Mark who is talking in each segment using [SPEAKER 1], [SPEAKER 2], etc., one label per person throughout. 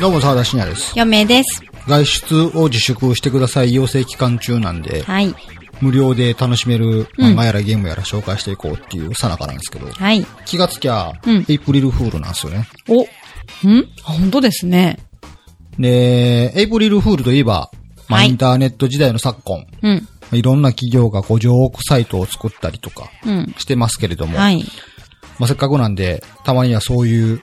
[SPEAKER 1] どうも、沢田信也です。
[SPEAKER 2] 嫁です。
[SPEAKER 1] 外出を自粛してください。要請期間中なんで、
[SPEAKER 2] はい。
[SPEAKER 1] 無料で楽しめる漫画やらゲームやら紹介していこうっていうさなかなんですけど、
[SPEAKER 2] はい。
[SPEAKER 1] 気がつきゃ、
[SPEAKER 2] うん
[SPEAKER 1] エイプリルフールなんですよね。
[SPEAKER 2] お、んあ本当ですね。
[SPEAKER 1] で、エイプリルフールといえば、まあ、
[SPEAKER 2] はい
[SPEAKER 1] インターネット時代の昨今、
[SPEAKER 2] うん。
[SPEAKER 1] いろんな企業がこうジョークサイトを作ったりとか
[SPEAKER 2] うん。
[SPEAKER 1] してますけれども、
[SPEAKER 2] はい。
[SPEAKER 1] まあ、せっかくなんで、たまにはそういう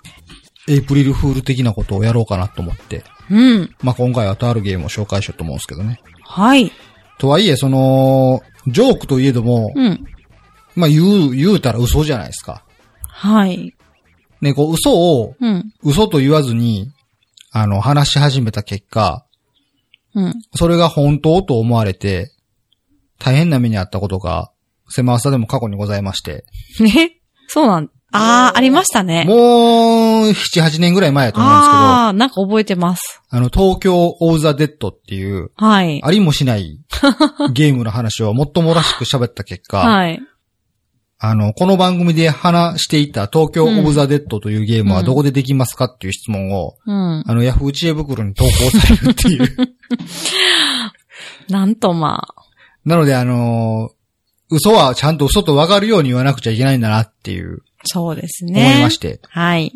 [SPEAKER 1] エイプリルフール的なことをやろうかなと思って、
[SPEAKER 2] うん。
[SPEAKER 1] まあ、今回はとあるゲームを紹介しようと思うんですけどね。
[SPEAKER 2] はい。
[SPEAKER 1] とはいえ、その、ジョークといえども、
[SPEAKER 2] うん。
[SPEAKER 1] まあ、言う、言うたら嘘じゃないですか。
[SPEAKER 2] はい。
[SPEAKER 1] ね、こう、嘘を、
[SPEAKER 2] うん。
[SPEAKER 1] 嘘と言わずに、あの、話し始めた結果、
[SPEAKER 2] うん。
[SPEAKER 1] それが本当と思われて、大変な目にあったことが、狭さでも過去にございまして、
[SPEAKER 2] ねそうなん、あー、ありましたね。
[SPEAKER 1] もう、7、8年ぐらい前だと思うんですけど、あ
[SPEAKER 2] あー、なんか覚えてます。
[SPEAKER 1] の、東京オーザデッドっていう、
[SPEAKER 2] はい。
[SPEAKER 1] ありもしないゲームの話をもっともらしく喋った結果、
[SPEAKER 2] はい。
[SPEAKER 1] あの、この番組で話していた東京オブザ・デッドというゲームはどこでできますかっていう質問を、
[SPEAKER 2] うん。
[SPEAKER 1] あの、ヤフー知恵袋に投稿されるって いう。
[SPEAKER 2] なんとまあ。
[SPEAKER 1] なので、あのー嘘はちゃんと嘘とわかるように言わなくちゃいけないんだなっていう、
[SPEAKER 2] そうです
[SPEAKER 1] 思
[SPEAKER 2] ね。
[SPEAKER 1] いまして。
[SPEAKER 2] はい。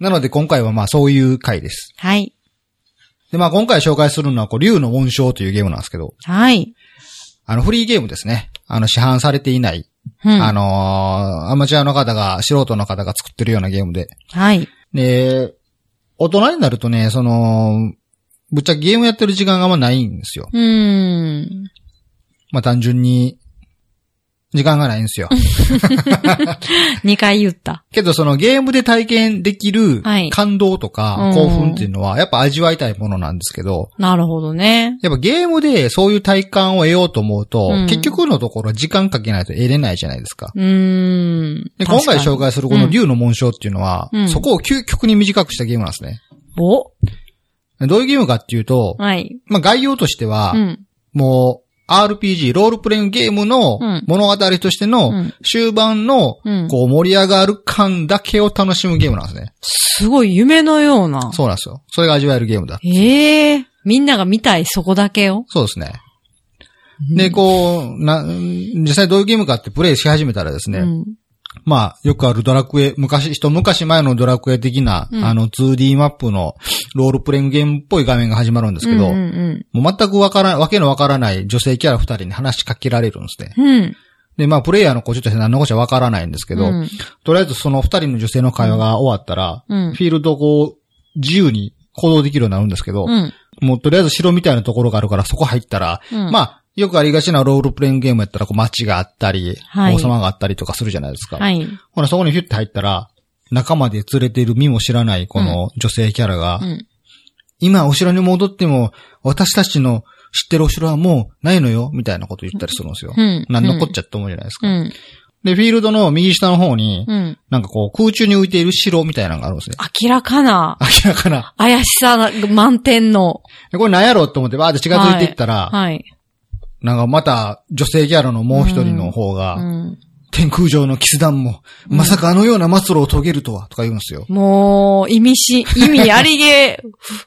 [SPEAKER 1] なので、今回はまあそういう回です。
[SPEAKER 2] はい。で
[SPEAKER 1] で、まあ今回紹介するのは、こう、竜の紋章というゲームなんですけど、
[SPEAKER 2] はい。
[SPEAKER 1] あの、フリーゲームですね。あの、市販されていない、
[SPEAKER 2] うん。
[SPEAKER 1] あのーアマチュアの方が、素人の方が作ってるようなゲームで、
[SPEAKER 2] はい。
[SPEAKER 1] で、大人になるとね、その、ぶっちゃけゲームやってる時間があんまないんですよ。
[SPEAKER 2] うーん。
[SPEAKER 1] まあ単純に、時間がないんですよ。
[SPEAKER 2] 二回言った。
[SPEAKER 1] けどそのゲームで体験できる
[SPEAKER 2] はい
[SPEAKER 1] 感動とか
[SPEAKER 2] うん
[SPEAKER 1] 興奮っていうのはやっぱ味わいたいものなんですけど、
[SPEAKER 2] なるほどね。
[SPEAKER 1] やっぱゲームでそういう体感を得ようと思うと、
[SPEAKER 2] うん
[SPEAKER 1] 結局のところ時間かけないと得れないじゃないですか。
[SPEAKER 2] うーん。
[SPEAKER 1] で、今回
[SPEAKER 2] 確かに
[SPEAKER 1] 紹介するこの竜の紋章っていうのは、
[SPEAKER 2] うん
[SPEAKER 1] そこを究極に短くしたゲームなんですね。
[SPEAKER 2] お
[SPEAKER 1] どういうゲームかっていうと、
[SPEAKER 2] はい。
[SPEAKER 1] まあ概要としては、
[SPEAKER 2] うん。
[SPEAKER 1] もう、RPG、ロールプレイングゲームの
[SPEAKER 2] うん
[SPEAKER 1] 物語として
[SPEAKER 2] う
[SPEAKER 1] の
[SPEAKER 2] ん
[SPEAKER 1] 終盤の
[SPEAKER 2] うん
[SPEAKER 1] こう盛り上がる感だけを楽しむゲームなんですね。
[SPEAKER 2] すごい夢のような。
[SPEAKER 1] そうなんですよ。それが味わえるゲームだ。
[SPEAKER 2] ええみんなが見たいそこだけを。
[SPEAKER 1] そうですね。で、こう、な、実際どういうゲームかってプレイし始めたらですね、
[SPEAKER 2] うん。
[SPEAKER 1] まあ、よくあるドラクエ、昔、一昔前のドラクエ的な、
[SPEAKER 2] うん
[SPEAKER 1] あの 2D マップのロールプレイングゲームっぽい画面が始まるんですけど、
[SPEAKER 2] うんうん
[SPEAKER 1] もう全くわからん、わけのわからない女性キャラ二人に話しかけられるんですね。
[SPEAKER 2] うん。うん。
[SPEAKER 1] で、まあ、プレイヤーの子ちょっと何のこっちゃわからないんですけど、
[SPEAKER 2] うん
[SPEAKER 1] とりあえずその二人の女性の会話が終わったら、
[SPEAKER 2] うん
[SPEAKER 1] フィールドをこう、自由に行動できるようになるんですけど、
[SPEAKER 2] うん。
[SPEAKER 1] もうとりあえず城みたいなところがあるからそこ入ったら、
[SPEAKER 2] うん
[SPEAKER 1] まあ、よくありがちなロールプレイングゲームやったら、こう街があったり、
[SPEAKER 2] はい
[SPEAKER 1] 王様があったりとかするじゃないですか。
[SPEAKER 2] はい。
[SPEAKER 1] ほら、そこにヒュッて入ったら、仲間で連れている身も知らないこの女性キャラが、
[SPEAKER 2] うん。
[SPEAKER 1] 今お城に戻っても、私たちの知ってるお城はもうないのよ、みたいなこと言ったりするんですよ。
[SPEAKER 2] うん
[SPEAKER 1] なんのこっちゃって思うじゃないです
[SPEAKER 2] う
[SPEAKER 1] か。
[SPEAKER 2] ん。
[SPEAKER 1] で、フィールドの右下の方に、
[SPEAKER 2] うん。
[SPEAKER 1] なんかこう、空中に浮いている城みたいなのがあるんですね。
[SPEAKER 2] 明らかな、
[SPEAKER 1] 明らかな。
[SPEAKER 2] 怪しさ満点の。
[SPEAKER 1] でこれなんやろうと思ってバーって近づいていったら、
[SPEAKER 2] はい。
[SPEAKER 1] なんかまた女性ギャラのもう一人の方が、
[SPEAKER 2] うん。
[SPEAKER 1] 天空上のキス団も、まさかあのような末路を遂げるとは、とか言うんですよ。
[SPEAKER 2] もう、意 味し、意味ありげ。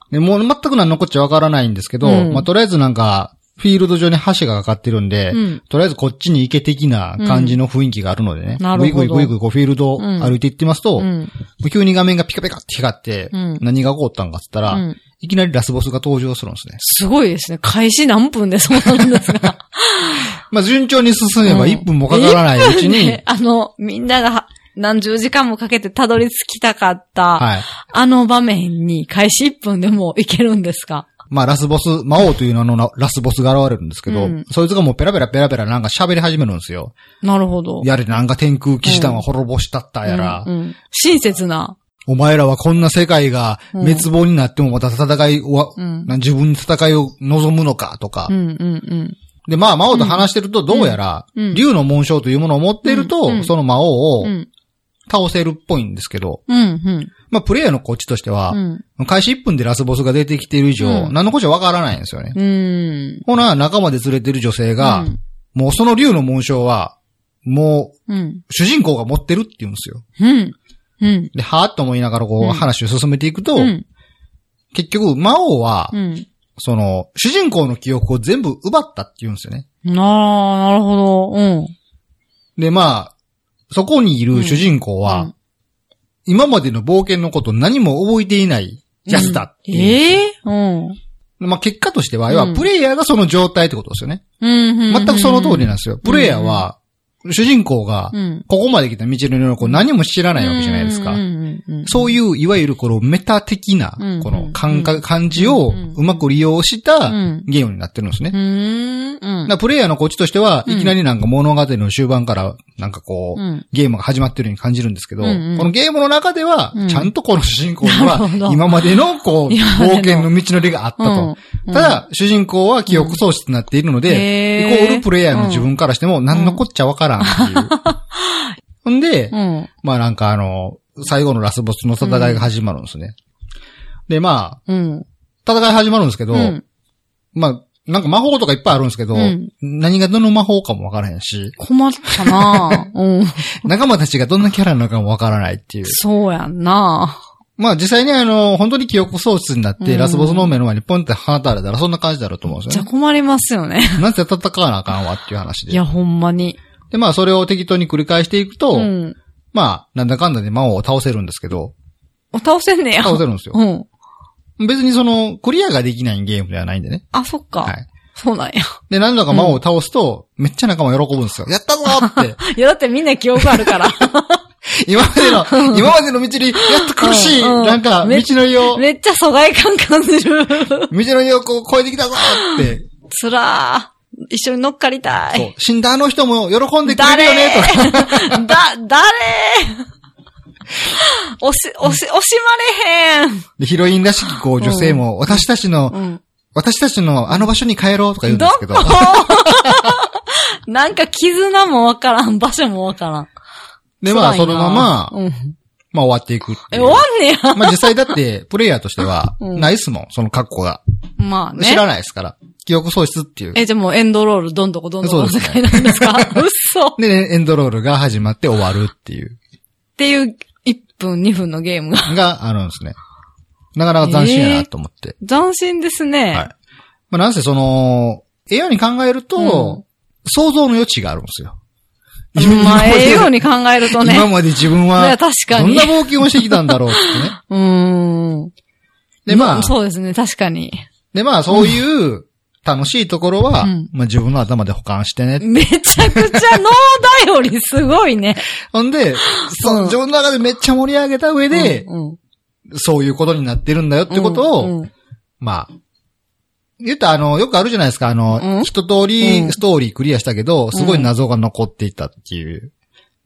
[SPEAKER 1] でもう全く何のこっちゃわからないんですけど、
[SPEAKER 2] うん
[SPEAKER 1] まあとりあえずなんか、フィールド上に橋がかかってるんで、
[SPEAKER 2] うん
[SPEAKER 1] とりあえずこっちに行け的な感じの雰囲気があるのでね、
[SPEAKER 2] うんなるほど
[SPEAKER 1] ぐいぐいぐいぐいこうフィールドを
[SPEAKER 2] うん
[SPEAKER 1] 歩いていってますと、
[SPEAKER 2] うん。
[SPEAKER 1] 急に画面がピカピカって光って、
[SPEAKER 2] うん
[SPEAKER 1] 何が起こったんかって言ったら、
[SPEAKER 2] うん
[SPEAKER 1] いきなりラスボスが登場するんですね。
[SPEAKER 2] すごいですね。開始何分でそうなんで すが。
[SPEAKER 1] まあ順調に進めば
[SPEAKER 2] うん
[SPEAKER 1] 1分もかからないうちに、
[SPEAKER 2] ねあの、みんなが何十時間もかけてたどり着きたかった、
[SPEAKER 1] はい。
[SPEAKER 2] あの場面に開始1分でもいけるんですか
[SPEAKER 1] まあ、ラスボス、魔王という名のラスボスが現れるんですけど、
[SPEAKER 2] うん
[SPEAKER 1] そいつがもうペラペラペラペラなんか喋り始めるんですよ。
[SPEAKER 2] なるほど。
[SPEAKER 1] やれなんか天空騎士団は滅ぼしたったやら、
[SPEAKER 2] うんうん親切な。
[SPEAKER 1] お前らはこんな世界が滅亡になってもまた戦いを、
[SPEAKER 2] うん
[SPEAKER 1] な自分に戦いを望むのかとか。
[SPEAKER 2] うんうん
[SPEAKER 1] で、まあ、魔王と話してるとどうやら、
[SPEAKER 2] うんうん
[SPEAKER 1] 竜の紋章というものを持っていると、
[SPEAKER 2] うんうん
[SPEAKER 1] その魔王
[SPEAKER 2] うん。
[SPEAKER 1] を
[SPEAKER 2] うん。
[SPEAKER 1] 倒せるっぽいんですけど、
[SPEAKER 2] うんうん。
[SPEAKER 1] まあ、プレイヤーのこっちとしては、
[SPEAKER 2] うん
[SPEAKER 1] 開始1分でラスボスが出てきている以上、
[SPEAKER 2] うん
[SPEAKER 1] 何のこっちゃわからないんですよね。
[SPEAKER 2] うん。
[SPEAKER 1] ほな、仲間で連れてる女性が、
[SPEAKER 2] うん
[SPEAKER 1] もうその竜の紋章は、もう、
[SPEAKER 2] うん。
[SPEAKER 1] 主人公が持ってるって言うんですよ。
[SPEAKER 2] うん。うん。
[SPEAKER 1] で、はぁと思いながらこう、
[SPEAKER 2] うん
[SPEAKER 1] 話を進めていくと、
[SPEAKER 2] うん。
[SPEAKER 1] 結局、魔王は、
[SPEAKER 2] うん。
[SPEAKER 1] その、主人公の記憶を全部奪ったって言うんですよね。
[SPEAKER 2] ああ、なるほど。うん。
[SPEAKER 1] で、まあ、そこにいる主人公は、
[SPEAKER 2] うん
[SPEAKER 1] 今までの冒険のこと何も覚えていないジャスタっていう。
[SPEAKER 2] ええうん。
[SPEAKER 1] まあ結果としては、要はプレイヤーがその状態ってことですよね。
[SPEAKER 2] うん。うん
[SPEAKER 1] 全くその通りなんですよ。プレイヤーは、主人公が
[SPEAKER 2] う、ん。
[SPEAKER 1] ここまで来た道のりの子何も知らないわけじゃないです
[SPEAKER 2] うん
[SPEAKER 1] か。
[SPEAKER 2] うんうんうん
[SPEAKER 1] そういう、いわゆるこのメタ的な
[SPEAKER 2] うん、
[SPEAKER 1] この感覚、感じを
[SPEAKER 2] うん
[SPEAKER 1] うまく利用した
[SPEAKER 2] うん
[SPEAKER 1] ゲームになってるんですね
[SPEAKER 2] う。ん。う
[SPEAKER 1] だ
[SPEAKER 2] ん。
[SPEAKER 1] からプレイヤーのこっちとしては、
[SPEAKER 2] うん
[SPEAKER 1] いきなりなんか物語の終盤から、なんかこう、
[SPEAKER 2] うん
[SPEAKER 1] ゲームが始まってるように感じるんですけど、
[SPEAKER 2] うんうん
[SPEAKER 1] このゲームの中では
[SPEAKER 2] うん、
[SPEAKER 1] ちゃんとこの主人公に
[SPEAKER 2] なるほ
[SPEAKER 1] は、
[SPEAKER 2] ど
[SPEAKER 1] 今までの、こう、
[SPEAKER 2] 今まで
[SPEAKER 1] 冒
[SPEAKER 2] の
[SPEAKER 1] 険の道のりがあったと。
[SPEAKER 2] うん
[SPEAKER 1] ただ、主人公は記憶喪失になっているので、
[SPEAKER 2] へ
[SPEAKER 1] イ
[SPEAKER 2] ー
[SPEAKER 1] コールプレイヤーの自分からしても、何のこっちゃわからんって いう。ほんで、
[SPEAKER 2] うん。
[SPEAKER 1] まあなんかあの、最後のラスボスの戦いが始まるんですね。で、まあ、
[SPEAKER 2] うん。
[SPEAKER 1] 戦い始まるんですけど、
[SPEAKER 2] うん
[SPEAKER 1] まあ、なんか魔法とかいっぱいあるんですけど、
[SPEAKER 2] うん
[SPEAKER 1] 何がどの魔法かもわからへんし、
[SPEAKER 2] 困ったなうん。
[SPEAKER 1] 仲間たちがどんなキャラなのかもわからないっていう。
[SPEAKER 2] そうやんな
[SPEAKER 1] まあ実際にあの、本当に記憶喪失になって、
[SPEAKER 2] うん
[SPEAKER 1] ラスボスの目の前にポンって放たれたらそんな感じだろうと思うんで
[SPEAKER 2] じ
[SPEAKER 1] すよ
[SPEAKER 2] ゃあ
[SPEAKER 1] ね。
[SPEAKER 2] 困りますよね。
[SPEAKER 1] なぜ戦わなあかんわっていう話
[SPEAKER 2] い
[SPEAKER 1] で
[SPEAKER 2] や、。ほんまに。
[SPEAKER 1] で、まあそれを適当に繰り返していくと、
[SPEAKER 2] うん。
[SPEAKER 1] まあなんだかんだで魔王を倒せるんですけど、
[SPEAKER 2] お倒せんねや。
[SPEAKER 1] 倒せるんですよ。
[SPEAKER 2] うん。
[SPEAKER 1] 別にその、クリアができないゲームではないんでね。
[SPEAKER 2] あ、そっ
[SPEAKER 1] は
[SPEAKER 2] か。
[SPEAKER 1] い。
[SPEAKER 2] そうなんや。
[SPEAKER 1] で、何度か魔王を倒すと、めっちゃ仲間喜ぶんですよ。やったぞーって。
[SPEAKER 2] いや、だってみんな記憶あるから。
[SPEAKER 1] 今までの、今までの道に、やっと苦しい、
[SPEAKER 2] うんうん
[SPEAKER 1] なんか、道
[SPEAKER 2] め
[SPEAKER 1] のりを、道
[SPEAKER 2] めっちゃ疎外感感じる。
[SPEAKER 1] のりをこう越えてきたぞって、
[SPEAKER 2] つらー。一緒に乗っかりた
[SPEAKER 1] そう
[SPEAKER 2] い。
[SPEAKER 1] 死んだあの人も喜んでくれる
[SPEAKER 2] 誰
[SPEAKER 1] よね、とか。
[SPEAKER 2] だ、誰押し、押し、惜しまれへん。
[SPEAKER 1] でヒロインらしき、こう、女性も、私たちの、
[SPEAKER 2] うん。
[SPEAKER 1] 私たちのあの場所に帰ろうとか言うんですけど
[SPEAKER 2] ど、こ なんか絆もわからん、場所もわからん。
[SPEAKER 1] で、まあ、
[SPEAKER 2] 辛
[SPEAKER 1] そ
[SPEAKER 2] いな
[SPEAKER 1] のまま、
[SPEAKER 2] うん。
[SPEAKER 1] まあ、終わっていくって
[SPEAKER 2] え、
[SPEAKER 1] い
[SPEAKER 2] 終
[SPEAKER 1] う。
[SPEAKER 2] わんねや。
[SPEAKER 1] まあ、実際だって、プレイヤーとしては、
[SPEAKER 2] うん
[SPEAKER 1] ないっすもん、その格好が。
[SPEAKER 2] まあね。
[SPEAKER 1] 知らないですから。記憶喪失っていう。
[SPEAKER 2] え、じゃあもうエンドロールどんどこどんどこの
[SPEAKER 1] そう
[SPEAKER 2] 世
[SPEAKER 1] ですね
[SPEAKER 2] 界なんですか嘘っ
[SPEAKER 1] で、エンドロールが始まって終わるっていう、
[SPEAKER 2] ていう1分2分のゲーム が。
[SPEAKER 1] があるんですね。なかなか斬新やなと思って。
[SPEAKER 2] 斬新ですね。
[SPEAKER 1] はい。まあ、なんせその、ええように考えると、
[SPEAKER 2] うん
[SPEAKER 1] 想像の余地があるんですよ。
[SPEAKER 2] まあ、
[SPEAKER 1] 今まで
[SPEAKER 2] ええように考えるとね。
[SPEAKER 1] 今まで自分
[SPEAKER 2] い
[SPEAKER 1] は、
[SPEAKER 2] や確か
[SPEAKER 1] どん
[SPEAKER 2] に
[SPEAKER 1] な。冒険をしてきたんだろうってね。
[SPEAKER 2] うーん。
[SPEAKER 1] で、まあ、
[SPEAKER 2] そうですね、確かに。
[SPEAKER 1] で、まあ、そういう楽しいところは、
[SPEAKER 2] うん
[SPEAKER 1] まあ自分の頭で保管してね。
[SPEAKER 2] めちゃくちゃ脳だよりすごいね。
[SPEAKER 1] ほんで、そ
[SPEAKER 2] うん
[SPEAKER 1] 自分の中でめっちゃ盛り上げた上で、
[SPEAKER 2] うんうん
[SPEAKER 1] そういうことになってるんだよってことを、
[SPEAKER 2] うんうん
[SPEAKER 1] まあ、言ったらあの、よくあるじゃないですか、あの、
[SPEAKER 2] うん
[SPEAKER 1] 一通
[SPEAKER 2] う
[SPEAKER 1] り
[SPEAKER 2] ん
[SPEAKER 1] ストーリークリアしたけど、すごい謎が残っていたっていう。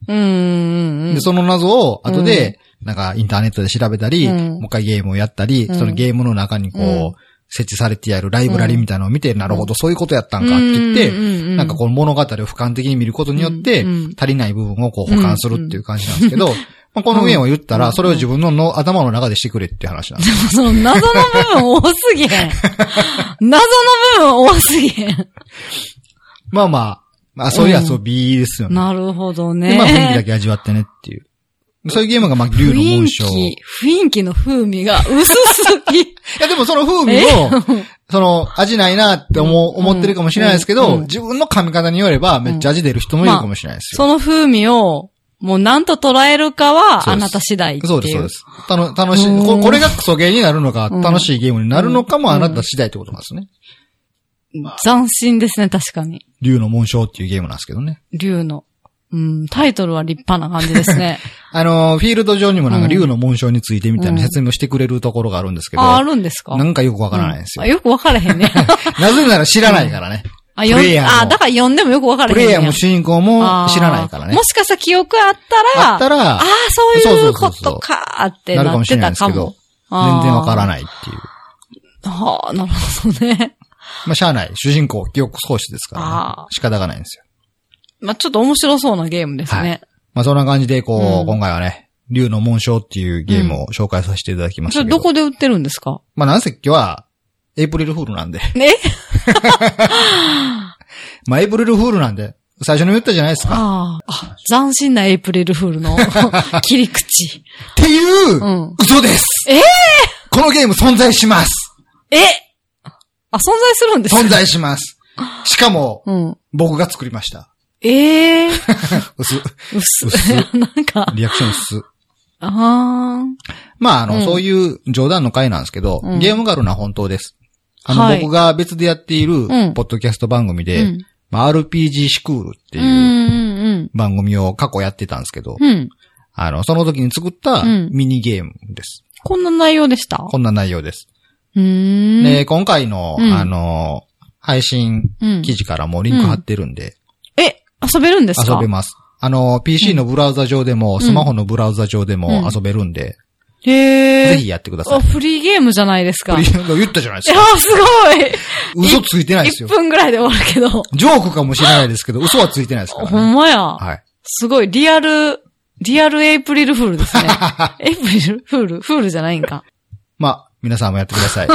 [SPEAKER 2] うんうんうん
[SPEAKER 1] で、その謎を後で、なんかインターネットで調べたり、
[SPEAKER 2] うん
[SPEAKER 1] もう一回ゲームをやったり、
[SPEAKER 2] うん
[SPEAKER 1] そのゲームの中にこう、
[SPEAKER 2] うん
[SPEAKER 1] 設置されてやるライブラリみたいなのを見て、なるほど、そういうことやったんかって言って、
[SPEAKER 2] うんうんうん
[SPEAKER 1] なんかこの物語を俯瞰的に見ることによって、
[SPEAKER 2] うんうん
[SPEAKER 1] 足りない部分をこう保管するっていう感じなんですけど、 まあこのゲームを言ったら、それを自分のの頭の中でしてくれっていう話なんです。
[SPEAKER 2] その謎の部分多すぎへ ん。謎の部分多すぎへん。
[SPEAKER 1] まあまあ、まあ そういう遊びですよね。
[SPEAKER 2] なるほどね。
[SPEAKER 1] で、まあ雰囲気だけ味わってねっていう。そういうゲームがまあ竜の
[SPEAKER 2] 雰
[SPEAKER 1] 紋
[SPEAKER 2] 囲
[SPEAKER 1] 章。い
[SPEAKER 2] 気、雰囲気の風味が薄す ぎ。
[SPEAKER 1] やでもその風味を、 その、味ないなって思う、
[SPEAKER 2] うん
[SPEAKER 1] 思ってるかもしれないですけど、
[SPEAKER 2] うん
[SPEAKER 1] 自分の噛み方によれば、めっちゃ味出る人もいるかもしれないですよ。
[SPEAKER 2] その風味を、もう何と捉えるかは、
[SPEAKER 1] そう
[SPEAKER 2] あ
[SPEAKER 1] です
[SPEAKER 2] なた次第っていう。
[SPEAKER 1] そうです、そうです。たの楽し
[SPEAKER 2] う
[SPEAKER 1] い、
[SPEAKER 2] ん
[SPEAKER 1] ここれがクソゲーになるのか、
[SPEAKER 2] うん
[SPEAKER 1] 楽しいゲームになるのかも
[SPEAKER 2] うん
[SPEAKER 1] あなた次第ってことなんですね。
[SPEAKER 2] 斬新ですね、確かに。
[SPEAKER 1] 竜の紋章っていうゲームなんですけどね。
[SPEAKER 2] 竜の。うん、タイトルは立派な感じですね。
[SPEAKER 1] あのー、フィールド上にもなんか
[SPEAKER 2] うん
[SPEAKER 1] 竜の紋章についてみたいな説明をしてくれるところがあるんですけど、
[SPEAKER 2] あ、あるんですか
[SPEAKER 1] なんかよくわからないんですよ
[SPEAKER 2] あ。よくわからへ んね。
[SPEAKER 1] なぜなら知らないからね。
[SPEAKER 2] あ、よ
[SPEAKER 1] プレイヤーも
[SPEAKER 2] あ、だから読んでもよくわからへ
[SPEAKER 1] プ
[SPEAKER 2] んねん。
[SPEAKER 1] レイヤーも主人公も知らないから
[SPEAKER 2] あー
[SPEAKER 1] ね
[SPEAKER 2] も。しかしたら記憶あったら、
[SPEAKER 1] あったら
[SPEAKER 2] あーそういう
[SPEAKER 1] そうそう
[SPEAKER 2] こ
[SPEAKER 1] そうそう
[SPEAKER 2] とかーって
[SPEAKER 1] なるか
[SPEAKER 2] な
[SPEAKER 1] も
[SPEAKER 2] っ
[SPEAKER 1] しれ
[SPEAKER 2] て
[SPEAKER 1] ない
[SPEAKER 2] た
[SPEAKER 1] です
[SPEAKER 2] か
[SPEAKER 1] け
[SPEAKER 2] も。
[SPEAKER 1] ど、全然わから
[SPEAKER 2] い。
[SPEAKER 1] ないっていう。
[SPEAKER 2] はあ、なるほどね。
[SPEAKER 1] まあ、しゃあない。主人公、記憶喪失ですから
[SPEAKER 2] あ
[SPEAKER 1] ね。仕方がないんですよ。
[SPEAKER 2] まあ、ちょっと面白そうなゲームですね。
[SPEAKER 1] まあ、そんな感じで、こう、
[SPEAKER 2] うん
[SPEAKER 1] 今回はね、竜の紋章っていうゲームを紹介させていただきまし
[SPEAKER 2] そ
[SPEAKER 1] た
[SPEAKER 2] れ
[SPEAKER 1] けど。
[SPEAKER 2] どこで売ってるんですか
[SPEAKER 1] まあ、なんせ今日は、エイプリルフールなんで。
[SPEAKER 2] ね
[SPEAKER 1] まあ、エイプリルフールなんで、最初に言ったじゃないですか。
[SPEAKER 2] あーあ、斬新なエイプリルフールの 切り口。
[SPEAKER 1] っていう、
[SPEAKER 2] うん
[SPEAKER 1] 嘘ですええこのゲーム存在します
[SPEAKER 2] えあ、存在するんですか
[SPEAKER 1] 存在しますしかも、
[SPEAKER 2] うん。
[SPEAKER 1] 僕が作りました。
[SPEAKER 2] ええー。
[SPEAKER 1] 薄。
[SPEAKER 2] 薄
[SPEAKER 1] 薄
[SPEAKER 2] なんか、
[SPEAKER 1] リアクション薄。
[SPEAKER 2] あー。
[SPEAKER 1] まあ、あの、
[SPEAKER 2] うん
[SPEAKER 1] そういう冗談の回なんですけど、
[SPEAKER 2] うん
[SPEAKER 1] ゲームガルな本当です。あの、
[SPEAKER 2] はい
[SPEAKER 1] 僕が別でやっている
[SPEAKER 2] ん、
[SPEAKER 1] ポッドキャスト番組で、
[SPEAKER 2] うん
[SPEAKER 1] まあ、RPG シクールって
[SPEAKER 2] う、
[SPEAKER 1] いうん番組を過去やってたんですけど、
[SPEAKER 2] うん、うん。
[SPEAKER 1] あの、その時に作った
[SPEAKER 2] うん
[SPEAKER 1] ミニゲームです。
[SPEAKER 2] こんな内容でした
[SPEAKER 1] こんな内容です。
[SPEAKER 2] うーん。
[SPEAKER 1] で、今回の、
[SPEAKER 2] うん
[SPEAKER 1] あの、配信
[SPEAKER 2] うん
[SPEAKER 1] 記事からもリンク貼ってるんで、
[SPEAKER 2] え、遊べるんですか
[SPEAKER 1] 遊べます。あの、PC のブラウザ上でも、スマホのブラウザ上でも
[SPEAKER 2] うん
[SPEAKER 1] 遊べるんで、
[SPEAKER 2] へえ。
[SPEAKER 1] ぜひやってくださ
[SPEAKER 2] あ、
[SPEAKER 1] い。
[SPEAKER 2] フリーゲームじゃないですか。
[SPEAKER 1] こ
[SPEAKER 2] い
[SPEAKER 1] れ
[SPEAKER 2] や
[SPEAKER 1] 言ったじゃないですか。
[SPEAKER 2] ー、すごい
[SPEAKER 1] 嘘ついてないです
[SPEAKER 2] !1
[SPEAKER 1] よ。
[SPEAKER 2] 分ぐらいで終わるけど。
[SPEAKER 1] ジョークかもしれないですけど、嘘はついてないですから
[SPEAKER 2] ほん
[SPEAKER 1] ね。
[SPEAKER 2] まや。
[SPEAKER 1] はい。
[SPEAKER 2] すごい、リアル、リアルエイプリルフール ですね。エイプリルフールフールじゃないんか。
[SPEAKER 1] まあ、皆さんもやってくだ さい。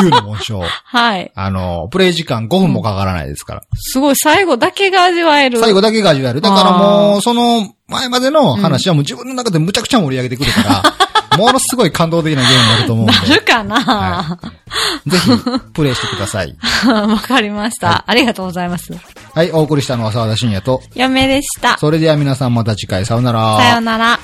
[SPEAKER 1] 竜の紋章。
[SPEAKER 2] はい。
[SPEAKER 1] あの、プレイ時間5分もかからないですから。
[SPEAKER 2] すごい、最後だけが味わえる。
[SPEAKER 1] 最後だけが味わえる。だからも
[SPEAKER 2] あ
[SPEAKER 1] う、その前までの話はもう自分の中でむちゃくちゃ盛り上げてくる から、ものすごい感動的なゲームになると思うん
[SPEAKER 2] な
[SPEAKER 1] で、
[SPEAKER 2] るかな
[SPEAKER 1] はぜひプレイしてください。
[SPEAKER 2] わ、かりました、
[SPEAKER 1] は
[SPEAKER 2] ありがとうございます。
[SPEAKER 1] はい、お送りしたのは沢田信也と、
[SPEAKER 2] 嫁でした。さ
[SPEAKER 1] それでは皆さんまた次回、さようなら。
[SPEAKER 2] ようなら。